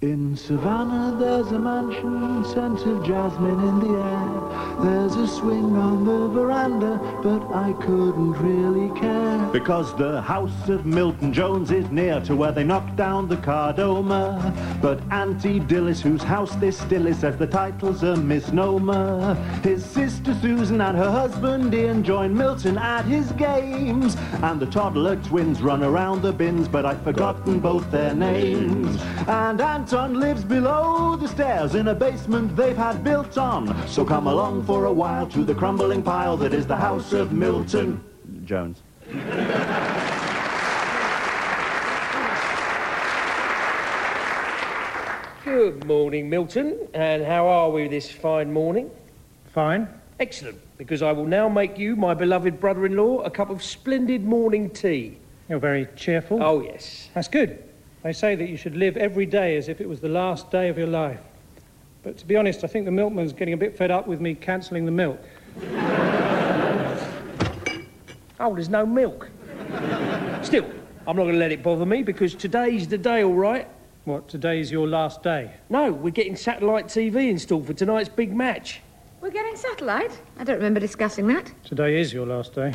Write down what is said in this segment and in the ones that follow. In Savannah, there's a mansion, scent of jasmine in the air. There's a swing on the veranda, but I couldn't really care. Because the house of Milton Jones is near to where they knocked down the Cardoma. But Auntie Dillis, whose house this still is, says the title's a misnomer. His sister Susan and her husband Ian join Milton at his games. And the toddler twins run around the bins, but I've forgotten both their names. And Anton lives below the stairs in a basement they've had built on. So come along for a while to the crumbling pile that is the house of Milton Jones. Good morning, Milton, and how are we this fine morning? Fine. Excellent, because I will now make you, my beloved brother in law, a cup of splendid morning tea. You're very cheerful. Oh, yes. That's good. They say that you should live every day as if it was the last day of your life. But to be honest, I think the milkman's getting a bit fed up with me cancelling the milk. Oh, there's no milk. Still, I'm not going to let it bother me because today's the day, all right? What, today's your last day? No, we're getting satellite TV installed for tonight's big match. We're getting satellite. I don't remember discussing that. Today is your last day.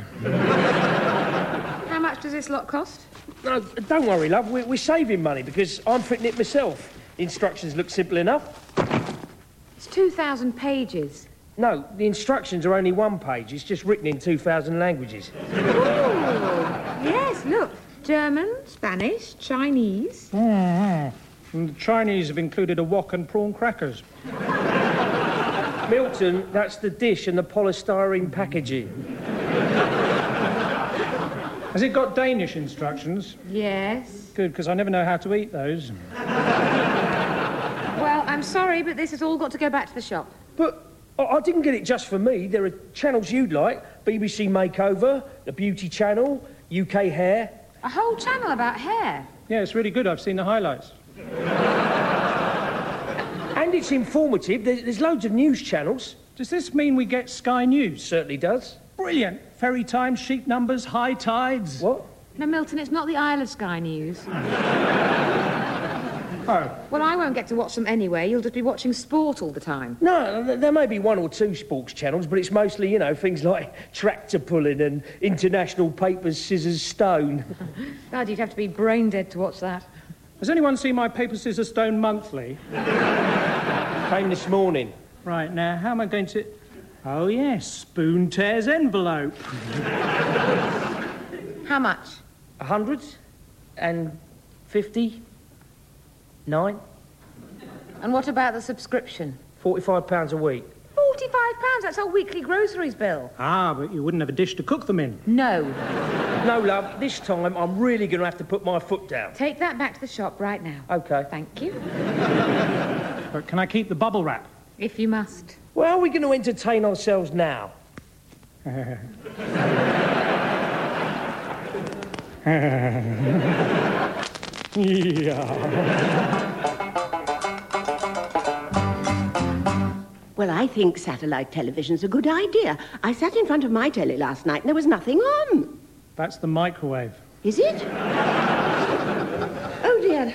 How much does this lot cost? No, don't worry, love, we're, we're saving money because I'm printing it myself. The instructions look simple enough. It's 2,000 pages. No, the instructions are only one page, it's just written in 2,000 languages. Yes, look. German, Spanish, Chinese. And the Chinese have included a wok and prawn crackers. Milton, that's the dish and the polystyrene packaging. Has it got Danish instructions? Yes. Good, because I never know how to eat those. Well, I'm sorry, but this has all got to go back to the shop. But I, I didn't get it just for me. There are channels you'd like BBC Makeover, The Beauty Channel, UK Hair. A whole channel about hair. Yeah, it's really good. I've seen the highlights. And it's informative. There's, there's loads of news channels. Does this mean we get Sky News? Certainly does. Brilliant. Ferry time, sheep numbers, high tides. What? No, Milton, it's not the Isle of Sky News. Oh, Well, I won't get to watch them anyway. You'll just be watching sport all the time. No, th- there may be one or two sports channels, but it's mostly, you know, things like tractor pulling and international papers, scissors, stone. God, you'd have to be brain dead to watch that. has anyone seen my Paper Scissors Stone Monthly? Came this morning. Right, now, how am I going to... Oh, yes, spoon tears envelope. How much? A hundred and fifty nine. And what about the subscription? Forty-five pounds a week. £45. That's our weekly groceries bill. Ah, but you wouldn't have a dish to cook them in. No. No, love, this time I'm really going to have to put my foot down. Take that back to the shop right now. Okay. Thank you. But Uh, can I keep the bubble wrap? If you must. Well, how are we going to entertain ourselves now? Yeah. Well, I think satellite television's a good idea. I sat in front of my telly last night and there was nothing on. That's the microwave. Is it? oh, dear.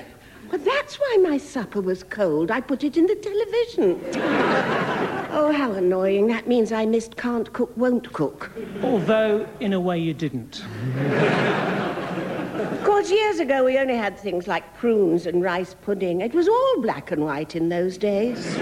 Well, that's why my supper was cold. I put it in the television. oh, how annoying. That means I missed can't cook, won't cook. Although, in a way, you didn't. Of course, years ago, we only had things like prunes and rice pudding. It was all black and white in those days.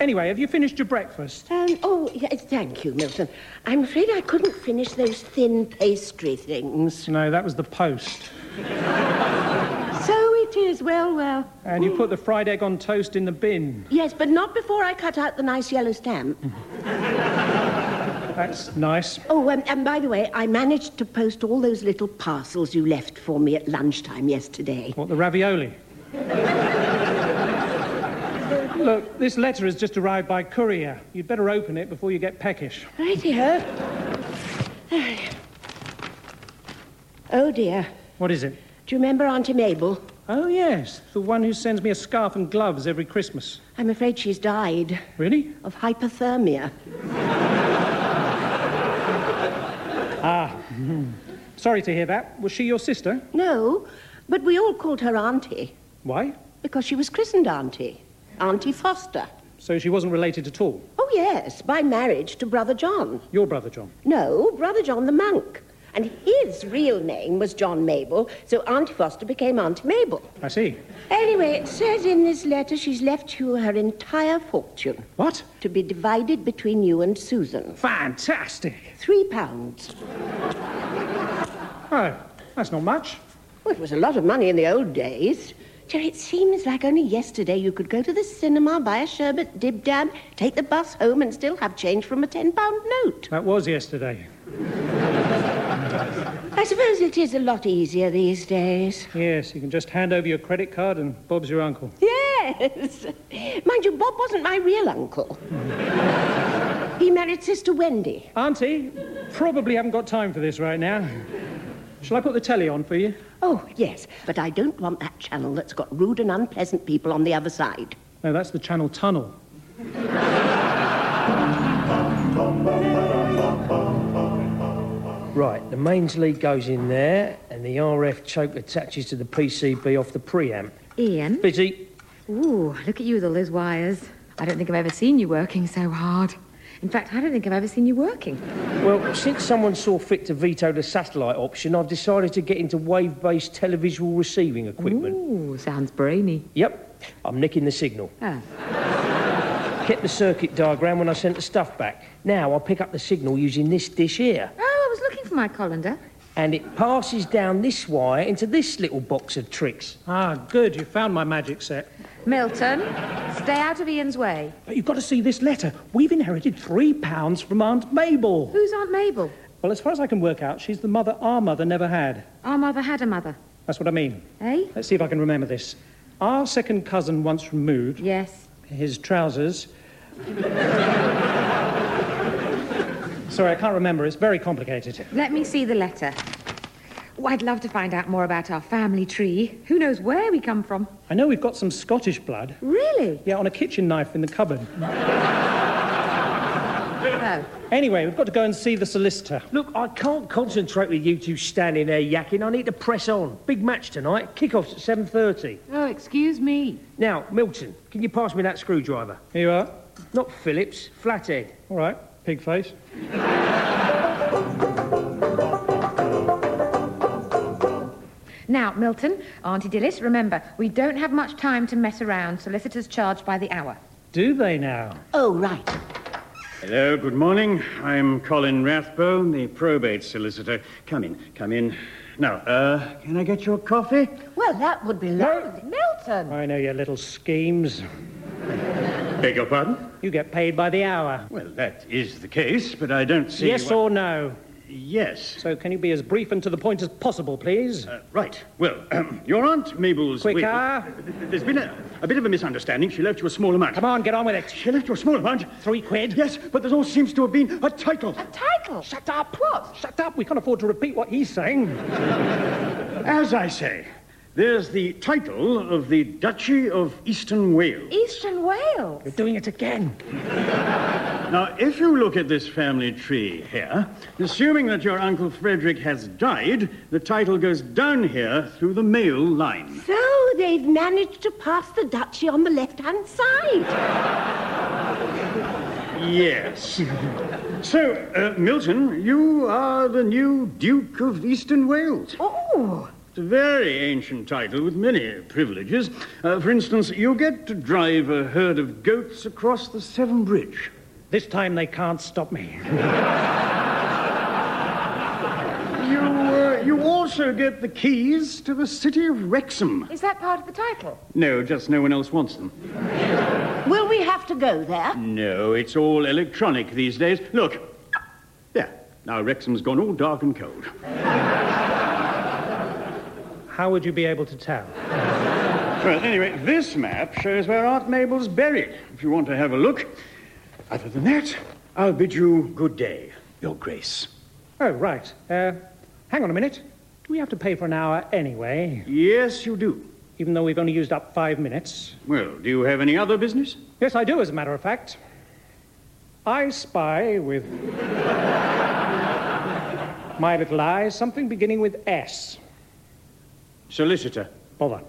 Anyway, have you finished your breakfast? Um, oh, yes, thank you, Milton. I'm afraid I couldn't finish those thin pastry things. No, that was the post. So it is. Well, well. And you put the fried egg on toast in the bin. Yes, but not before I cut out the nice yellow stamp. That's nice. Oh, um, and by the way, I managed to post all those little parcels you left for me at lunchtime yesterday. What, the ravioli? Look, this letter has just arrived by courier. You'd better open it before you get peckish. Right here. Oh, dear. What is it? Do you remember Auntie Mabel? Oh, yes, the one who sends me a scarf and gloves every Christmas. I'm afraid she's died Really? of hypothermia. Sorry to hear that. Was she your sister? No, but we all called her Auntie. Why? Because she was christened Auntie. Auntie Foster. So she wasn't related at all. Oh, yes, by marriage to Brother John. Your brother John. No, Brother John the monk. And his real name was John Mabel, so Auntie Foster became Auntie Mabel. I see. Anyway, it says in this letter she's left you her entire fortune What? to be divided between you and Susan. Fantastic. Three pounds. Oh, that's not much. Well, it was a lot of money in the old days. Jerry, it seems like only yesterday you could go to the cinema, buy a sherbet, dib dab, take the bus home, and still have change from a ten pound note. That was yesterday. I suppose it is a lot easier these days. Yes, you can just hand over your credit card and Bob's your uncle. Yes. Mind you, Bob wasn't my real uncle. he married Sister Wendy. Auntie, probably haven't got time for this right now. Shall I put the telly on for you? Oh, yes, but I don't want that channel that's got rude and unpleasant people on the other side. No, that's the Channel Tunnel. Right, the mains lead goes in there, and the RF choke attaches to the PCB off the preamp. Ian? Busy. Ooh, look at you with all those wires. I don't think I've ever seen you working so hard. In fact, I don't think I've ever seen you working. Well, since someone saw fit to veto the satellite option, I've decided to get into wave-based televisual receiving equipment. Ooh, sounds brainy. Yep, I'm nicking the signal. Ah. Kept the circuit diagram when I sent the stuff back. Now I pick up the signal using this dish here, Oh, I was looking for my colander. and it passes down this wire into this little box of tricks. Ah, good, you found my magic set. Milton, stay out of Ian's way. But you've got to see this letter. We've inherited three pounds from Aunt Mabel. Who's Aunt Mabel? Well, as far as I can work out, she's the mother our mother never had. Our mother had a mother, That's what I mean. eh? Let's see if I can remember this. Our second cousin once removed Yes. his trousers. Sorry, I can't remember. It's very complicated. Let me see the letter. Oh, I'd love to find out more about our family tree. Who knows where we come from? I know we've got some Scottish blood. Really? Yeah, on a kitchen knife in the cupboard. Oh. Anyway, we've got to go and see the solicitor. Look, I can't concentrate with you two standing there yakking. I need to press on. Big match tonight. Kickoff's at 7.30. Oh, excuse me. Now, Milton, can you pass me that screwdriver? Here you are. Not Phillips, flathead. All right, pig face. Now, Milton, Auntie Dillis, remember, we don't have much time to mess around. Solicitors charge by the hour. Do they now? Oh, right. Hello, good morning. I'm Colin Rathbone, the probate solicitor. Come in, come in. Now, uh, can I get your coffee? Well, that would be lovely. Milton! I know your little schemes. Beg your pardon? You get paid by the hour. Well, that is the case, but I don't see. yes why- or no? Yes. So can you be as brief and to the point as possible, please? Uh, right. Well, um, your Aunt Mabel's. will- Quicker. There's been a, a bit of a misunderstanding. She left you a small amount. Come on, get on with it. She left you a small amount? Three quid? Yes, but there also seems to have been a title. Title! Shut up. What? Shut up. We can't afford to repeat what he's saying. As I say, there's the title of the Duchy of Eastern Wales. Eastern Wales. You're doing it again. Now, if you look at this family tree here, assuming that your Uncle Frederick has died, the title goes down here through the male line. So they've managed to pass the duchy on the left-hand side. Yes. so, uh, Milton, you are the new Duke of Eastern Wales. Oh, It's a very ancient title with many privileges. Uh, for instance, you get to drive a herd of goats across the Severn Bridge. This time they can't stop me. You, uh, you also get the keys to the city of Wrexham. Is that part of the title? No, just no one else wants them. will we have to go there? No, it's all electronic these days. Look. There. Now Wrexham's gone all dark and cold. How would you be able to tell? Well, anyway, this map shows where Aunt Mabel's buried, if you want to have a look. Other than that, I'll bid you good day, Your Grace. Oh, right. Uh, hang on a minute. Do we have to pay for an hour anyway? Yes, you do. Even though we've only used up five minutes. Well, do you have any other business? Yes, I do, as a matter of fact. I spy with my little eye something beginning with S. Solicitor. Bother.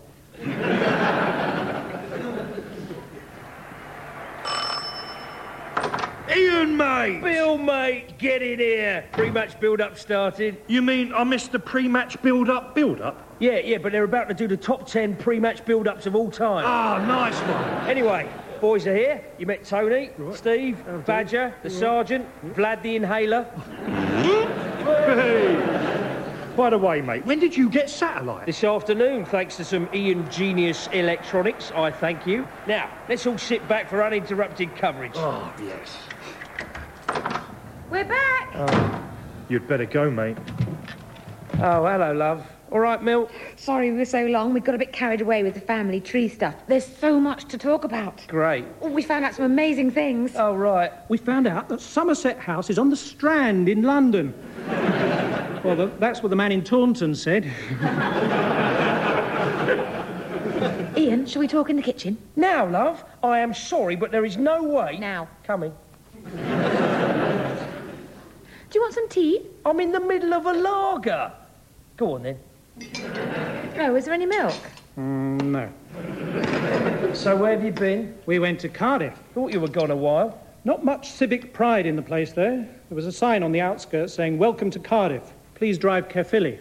mate! Bill, mate, get in here. Pre-match build-up started. You mean I missed the pre-match build-up build-up? Yeah, yeah, but they're about to do the top ten pre-match build-ups of all time. Ah, nice one. Anyway, boys are here. You met Tony, Steve, Badger, the Sergeant, Vlad the Inhaler. By the way, mate, when did you get satellite? This afternoon, thanks to some Ian Genius Electronics, I thank you. Now, let's all sit back for uninterrupted coverage. Oh, yes. We're back. You'd better go, mate. Oh, hello, love. All right, Milt? Sorry we were so long. We got a bit carried away with the family tree stuff. There's so much to talk about. Great. Oh, we found out some amazing things. All Oh, right. We found out that Somerset House is on the Strand in London. well, th that's what the man in Taunton said. Ian, shall we talk in the kitchen? Now, love, I am sorry, but there is no way... Now. Coming. Do you want some tea? I'm in the middle of a lager. Go on, then. Oh, is there any milk? No. So where have you been? We went to Cardiff. Thought you were gone a while. Not much civic pride in the place there. There was a sign on the outskirts saying, Welcome to Cardiff. Please drive carefully.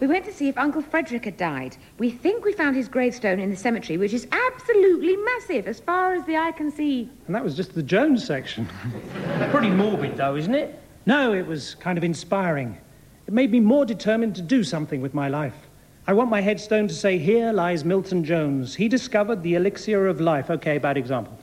We went to see if Uncle Frederick had died. We think we found his gravestone in the cemetery, which is absolutely massive as far as the eye can see. And that was just the Jones section. Pretty morbid, though, isn't it? No, it was kind of inspiring. It made me more determined to do something with my life. I want my headstone to say, Here lies Milton Jones. He discovered the elixir of life. Okay, bad example.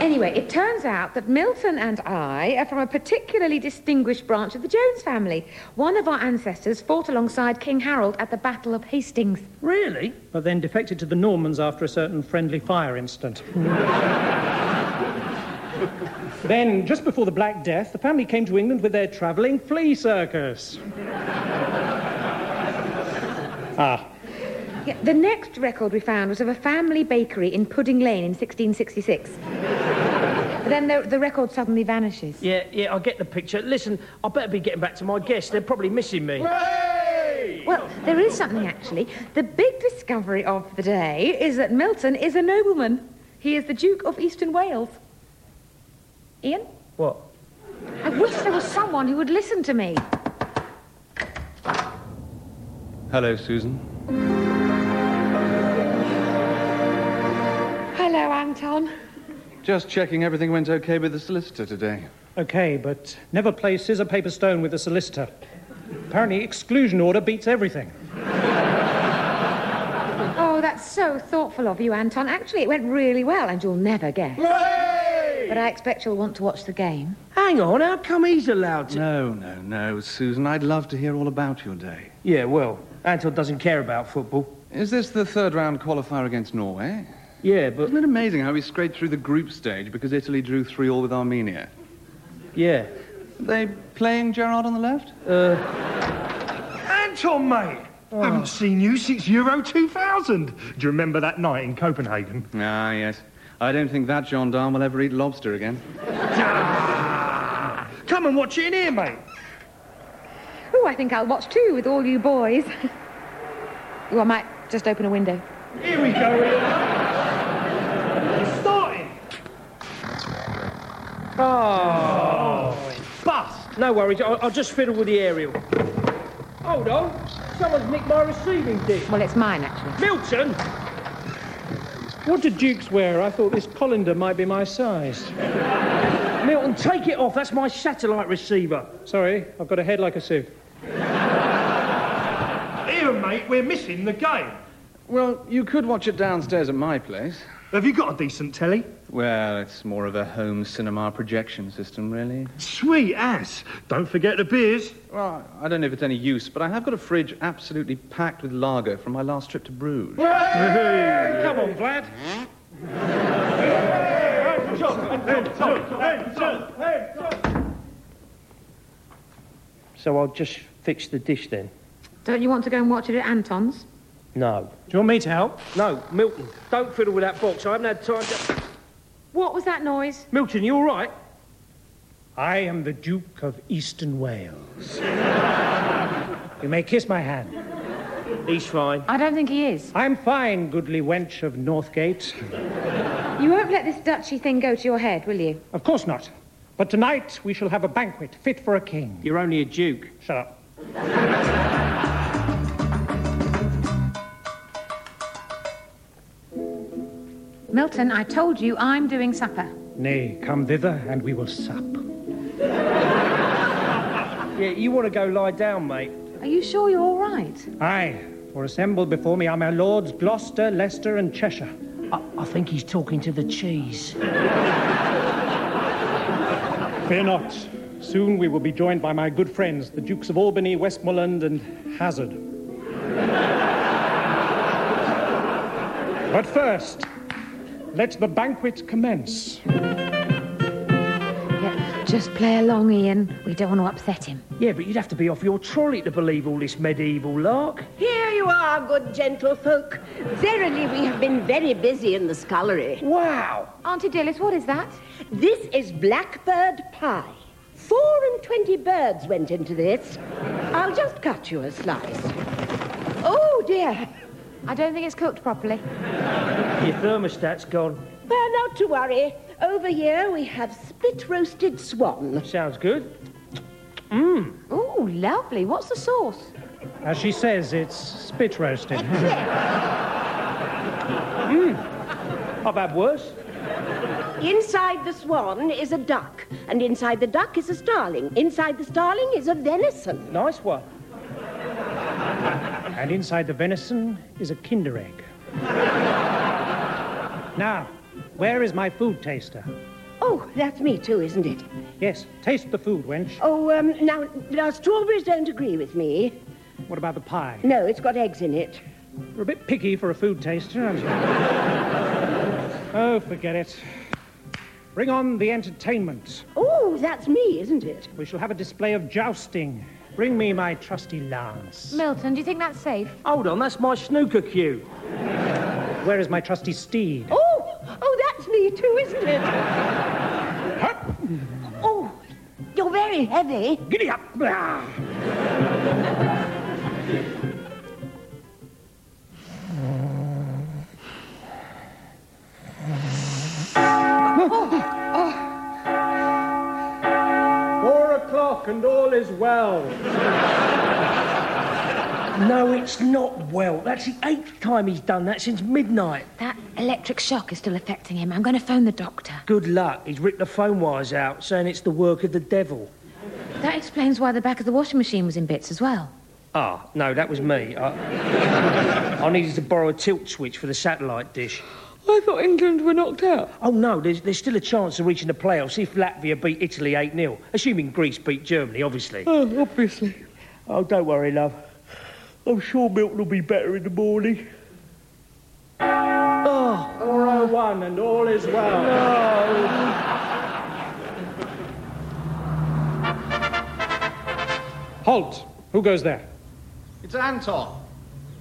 Anyway, it turns out that Milton and I are from a particularly distinguished branch of the Jones family. One of our ancestors fought alongside King Harold at the Battle of Hastings. Really? But then defected to the Normans after a certain friendly fire incident. then, just before the Black Death, the family came to England with their travelling flea circus. Yeah, the next record we found was of a family bakery in Pudding Lane in 1666. but then the, the record suddenly vanishes. Yeah, yeah, I get the picture. Listen, I better be getting back to my guests. They're probably missing me. Well, there is something actually. The big discovery of the day is that Milton is a nobleman. He is the Duke of Eastern Wales. Ian? What? I wish there was someone who would listen to me. Hello, Susan. Hello, Anton. Just checking everything went okay with the solicitor today. Okay, but never play scissor, paper, stone with a solicitor. Apparently, exclusion order beats everything. Oh, that's so thoughtful of you, Anton. Actually, it went really well, and you'll never guess. But I expect you'll want to watch the game. Hang on, how come he's allowed to? No, no, no, Susan. I'd love to hear all about your day. Yeah, well, Anton doesn't care about football. Is this the third round qualifier against Norway? Yeah, but Isn't it amazing how we scraped through the group stage because Italy drew 3 all with Armenia? yeah. They playing Gerard on the left? Uh, Anton, mate! Oh. I haven't seen you since Euro 2000. Do you remember that night in Copenhagen? Ah, yes. I don't think that gendarme will ever eat lobster again. Come and watch it in here, mate. Oh, I think I'll watch too with all you boys. oh, I might just open a window. Here we go. It's starting. Bus! Oh, No worries, I'll, I'll just fiddle with the aerial. Hold on, someone's nicked my receiving dish. Well, it's mine, actually. Milton! What do dukes wear? I thought this colander might be my size. Milton, take it off. That's my satellite receiver. Sorry, I've got a head like a sieve. Here, mate, we're missing the game. Well, you could watch it downstairs at my place. Have you got a decent telly? Well, it's more of a home cinema projection system, really. Sweet ass. Don't forget the beers. Well, I don't know if it's any use, but I have got a fridge absolutely packed with lager from my last trip to Bruges. Come on, Vlad. So I'll just fix the dish then. Don't you want to go and watch it at Anton's? No. Do you want me to help? No, Milton, don't fiddle with that box. I haven't had time to. What was that noise? Milton, you all right? I am the Duke of Eastern Wales. you may kiss my hand. He's fine. I don't think he is. I'm fine, goodly wench of Northgate. You won't let this duchy thing go to your head, will you? Of course not. But tonight we shall have a banquet fit for a king. You're only a duke. Shut up. Milton, I told you I'm doing supper. Nay, come thither and we will sup. Yeah, you want to go lie down, mate? Are you sure you're all right? Aye, for assembled before me are my lords Gloucester, Leicester, and Cheshire. I, I think he's talking to the cheese. Fear not. Soon we will be joined by my good friends, the Dukes of Albany, Westmoreland, and Hazard. but first, let the banquet commence. Yeah, just play along, Ian. We don't want to upset him. Yeah, but you'd have to be off your trolley to believe all this medieval lark. Here you are, good gentlefolk. Verily, we have been very busy in the scullery. Wow. Auntie Dillis, what is that? This is blackbird pie. Four and twenty birds went into this. I'll just cut you a slice. Oh, dear. I don't think it's cooked properly. Your thermostat's gone. Well, not to worry. Over here we have split roasted swan. Sounds good. Ooh, lovely. What's the sauce? As she says, it's spit Hmm. roasted. I've had worse. Inside the swan is a duck, and inside the duck is a starling. Inside the starling is a venison. Nice one. and inside the venison is a Kinder egg. now, where is my food taster? Oh, that's me too, isn't it? Yes, taste the food, wench. Oh, um, now, now strawberries don't agree with me. What about the pie? No, it's got eggs in it. You're a bit picky for a food taster, aren't you? oh, forget it. Bring on the entertainment. Oh, that's me, isn't it? We shall have a display of jousting. Bring me my trusty lance. Milton, do you think that's safe? Hold on, that's my snooker cue. Where is my trusty steed? Oh, oh, that's me too, isn't it? oh, you're very heavy. Oh, Giddy up. Ah. Four o'clock and all is well. No, it's not well. That's the eighth time he's done that since midnight. That electric shock is still affecting him. I'm going to phone the doctor. Good luck. He's ripped the phone wires out, saying it's the work of the devil. That explains why the back of the washing machine was in bits as well. Ah, no, that was me. I, I needed to borrow a tilt switch for the satellite dish. I thought England were knocked out. Oh, no, there's, there's still a chance of reaching the playoffs if Latvia beat Italy 8 0. Assuming Greece beat Germany, obviously. Oh, obviously. Oh, don't worry, love. I'm sure Milton will be better in the morning. Ah. 401 and all is well. Halt! Who goes there? It's Anton,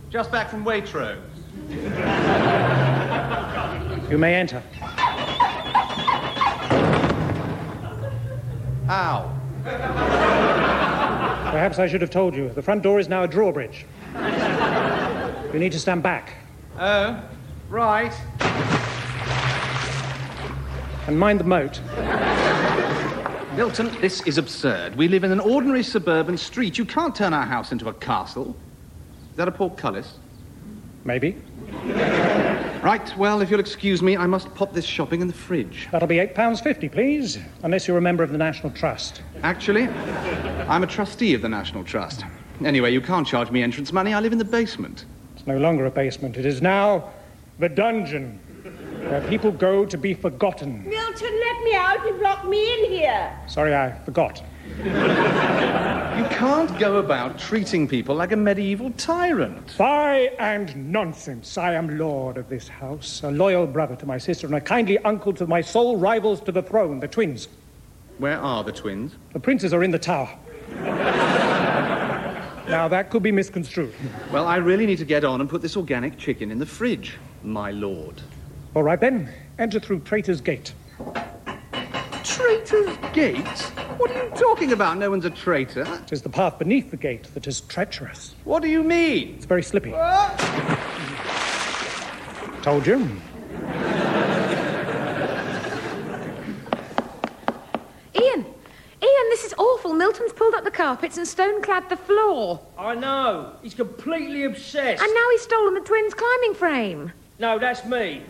just back from Waitrose. You may enter. Ow. Perhaps I should have told you. The front door is now a drawbridge. you need to stand back. Oh, right. And mind the moat. Milton, this is absurd. We live in an ordinary suburban street. You can't turn our house into a castle. Is that a portcullis? Maybe. Right, well, if you'll excuse me, I must pop this shopping in the fridge. That'll be £8.50, please. Unless you're a member of the National Trust. Actually, I'm a trustee of the National Trust. Anyway, you can't charge me entrance money. I live in the basement. It's no longer a basement. It is now the dungeon, where people go to be forgotten. Milton, let me out and lock me in here. Sorry, I forgot. You can't go about treating people like a medieval tyrant. Fie and nonsense. I am lord of this house, a loyal brother to my sister, and a kindly uncle to my sole rivals to the throne, the twins. Where are the twins? The princes are in the tower. now, that could be misconstrued. Well, I really need to get on and put this organic chicken in the fridge, my lord. All right, then. Enter through Traitor's Gate. Traitor's Gate? What are you talking about? No one's a traitor. It is the path beneath the gate that is treacherous. What do you mean? It's very slippy. Told you. carpets and stone-clad the floor. I know. He's completely obsessed. And now he's stolen the twins' climbing frame. No, that's me.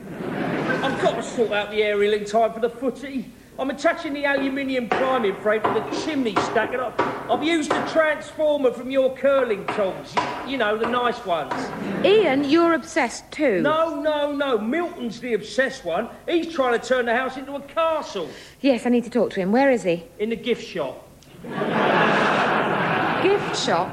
I've got to sort out the aerial in time for the footy. I'm attaching the aluminium priming frame to the chimney stack, and I've, I've used the transformer from your curling tongs. You, you know, the nice ones. Ian, you're obsessed too. No, no, no. Milton's the obsessed one. He's trying to turn the house into a castle Yes, I need to talk to him. Where is he? in the gift shop. Gift shop.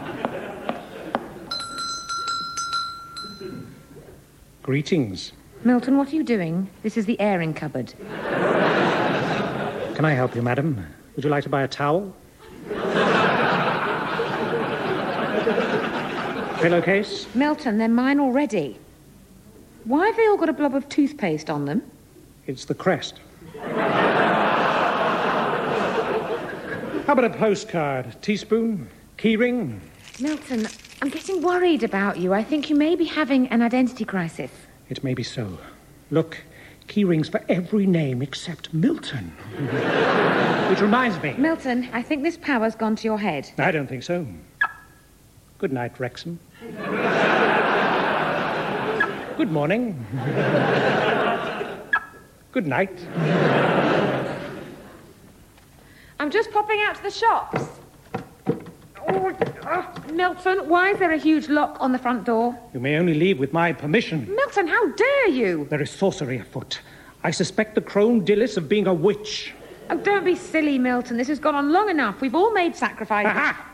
Greetings. Milton, what are you doing? This is the airing cupboard. Can I help you, madam? Would you like to buy a towel? Pillowcase? Milton, they're mine already. Why have they all got a blob of toothpaste on them? It's the crest. How about a postcard? Teaspoon? Keyring? Milton, I'm getting worried about you. I think you may be having an identity crisis. It may be so. Look, key rings for every name except Milton. Which reminds me. Milton, I think this power's gone to your head. I don't think so. Good night, Wrexham. Good morning. Good night. I'm just popping out to the shops. Oh, ah, Milton, why is there a huge lock on the front door? You may only leave with my permission. Milton, how dare you? There is sorcery afoot. I suspect the crone Dillis of being a witch. Oh, don't be silly, Milton. This has gone on long enough. We've all made sacrifices. Uh-huh.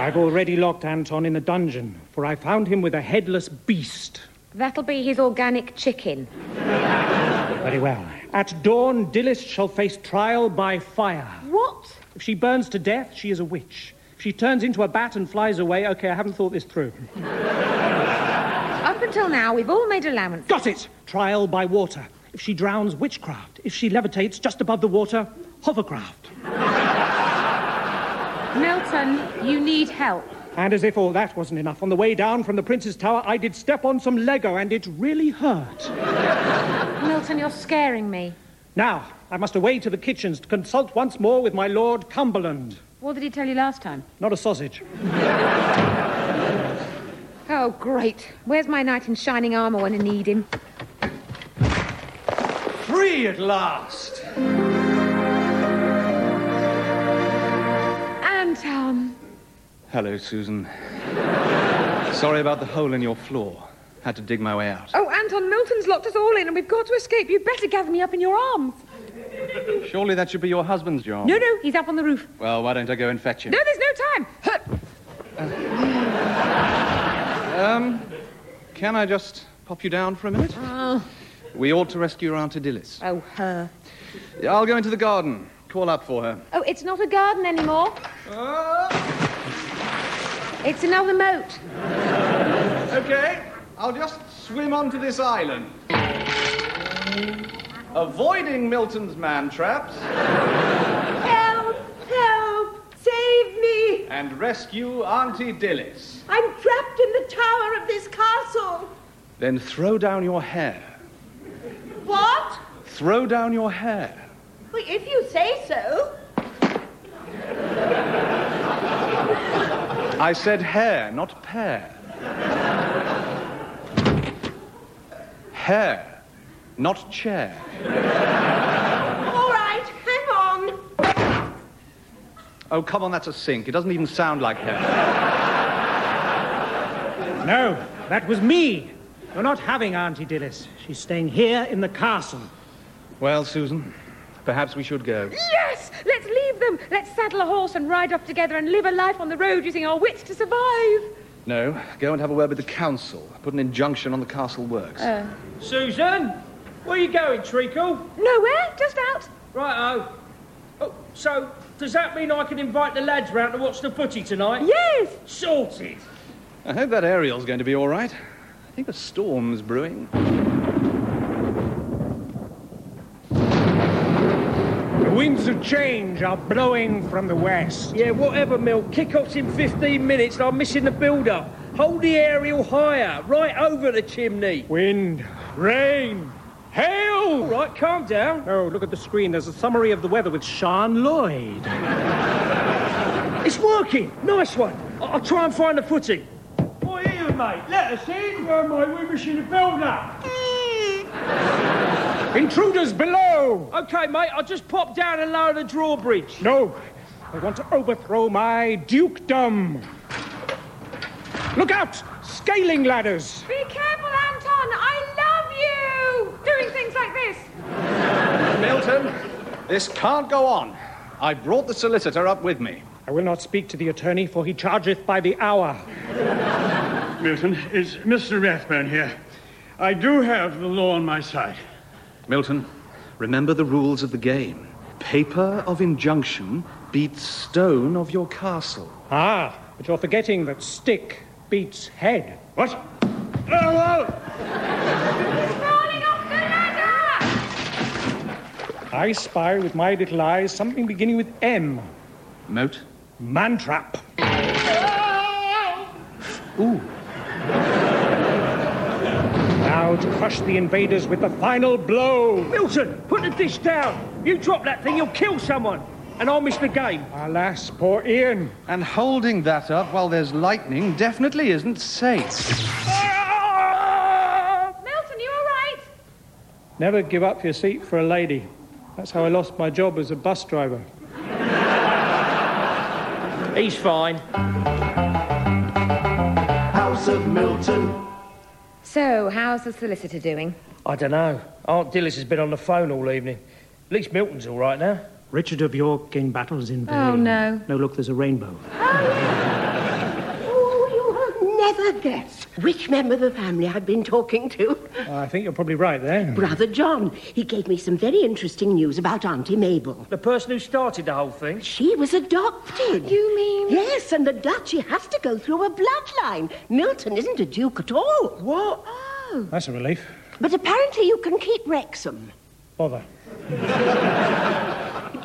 I've already locked Anton in a dungeon, for I found him with a headless beast. That'll be his organic chicken. Very well. At dawn, Dillis shall face trial by fire. What? If she burns to death, she is a witch. If she turns into a bat and flies away, okay, I haven't thought this through. Up until now, we've all made allowance. Got it! Trial by water. If she drowns, witchcraft. If she levitates just above the water, hovercraft. Milton, you need help. And as if all that wasn't enough, on the way down from the Prince's Tower, I did step on some Lego, and it really hurt. Milton, you're scaring me. Now, I must away to the kitchens to consult once more with my Lord Cumberland. What did he tell you last time? Not a sausage. Oh, great. Where's my knight in shining armour when I need him? Free at last! Anton. Hello, Susan. Sorry about the hole in your floor. Had to dig my way out. Oh, Anton, Milton's locked us all in and we've got to escape. You'd better gather me up in your arms. Surely that should be your husband's job. No, no, he's up on the roof. Well, why don't I go and fetch him? No, there's no time. Huh. Um, can I just pop you down for a minute? Oh, We ought to rescue your Auntie Dillis. oh, her. I'll go into the garden. Call up for her. Oh, it's not a garden anymore. Uh? It's another moat. Okay, I'll just swim onto this island. Avoiding Milton's man traps Help! Help! Save me! and rescue Auntie Dillis. I'm trapped in the tower of this castle. Then throw down your hair. What? Throw down your hair. Well, if you say so. I said hair, not pear. hair, not chair. All right, hang on. Oh, come on, that's a sink. It doesn't even sound like hair. No, that was me. You're not having Auntie Dillis. She's staying here in the castle. Well, Susan, perhaps we should go. Yes! Let's leave them. Let's saddle a horse and ride off together and live a life on the road using our wits to survive. No, go and have a word with the council. Put an injunction on the castle works. Uh. Susan, where you going, Treacle? Nowhere, just out. Right, oh. So, does that mean I can invite the lads round to watch the footy tonight? Yes! Sorted. I hope that aerial's going to be all right. I think a storm's brewing. The winds of change are blowing from the west. Yeah, whatever, Mill. Kick-off's in 15 minutes and I'm missing the build-up. Hold the aerial higher, right over the chimney. Wind, rain, hail! All right, calm down. Oh, look at the screen. There's a summary of the weather with Sean Lloyd. It's working. Nice one. I- I'll try and find the footing. Oi, Ian, mate, let us in. Oh, my, we're missing a builder. Intruders below! Okay, mate, I'll just pop down and lower the drawbridge. No, I want to overthrow my dukedom. Look out! Scaling ladders! Be careful, Anton. I love you. Doing things like this. Milton, this can't go on. I brought the solicitor up with me. I will not speak to the attorney, for he chargeth by the hour. Milton, it's Mr. Rathbone here. I do have the law on my side. Milton, remember the rules of the game. Paper of injunction beats stone of your castle. Ah, but you're forgetting that stick beats head. What? I spy with my little eyes something beginning with M. Note? Mantrap. Ooh. Now to crush the invaders with the final blow. Milton, put the dish down. You drop that thing, you'll kill someone. And I'll miss the game. Alas, poor Ian. And holding that up while there's lightning definitely isn't safe. Milton, you all right? Never give up your seat for a lady. That's how I lost my job as a bus driver. He's fine. House of Milton. So, how's the solicitor doing? I don't know. Aunt Dillis has been on the phone all evening. At least Milton's all right now. Richard of York in battles in vain. Oh, no. No, look, there's a rainbow. Oh, you will never guess which member of the family I've been talking to. I think you're probably right there. Brother John. He gave me some very interesting news about Auntie Mabel. The person who started the whole thing. She was adopted. You mean? Yes, and the duchy has to go through a bloodline. Milton isn't a duke at all. What? Oh. That's a relief. But apparently you can keep Wrexham. Bother.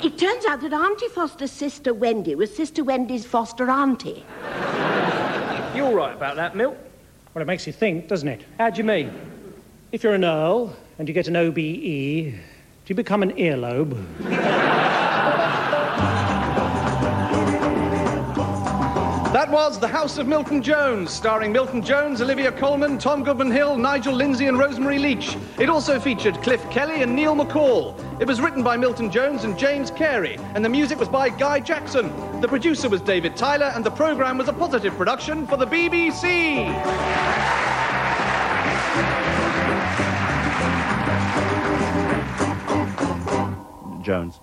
It turns out that Auntie Foster's sister Wendy was Sister Wendy's foster auntie. You all right about that, Milt? Well, it makes you think, doesn't it? How do you mean? If you're an earl and you get an OBE, do you become an earlobe? That was The House of Milton Jones, starring Milton Jones, Olivia Colman, Tom Goodman Hill, Nigel Lindsay, and Rosemary Leach. It also featured Cliff Kelly and Neil McCall. It was written by Milton Jones and James Carey, and the music was by Guy Jackson. The producer was David Tyler, and the programme was a positive production for the BBC. Jones.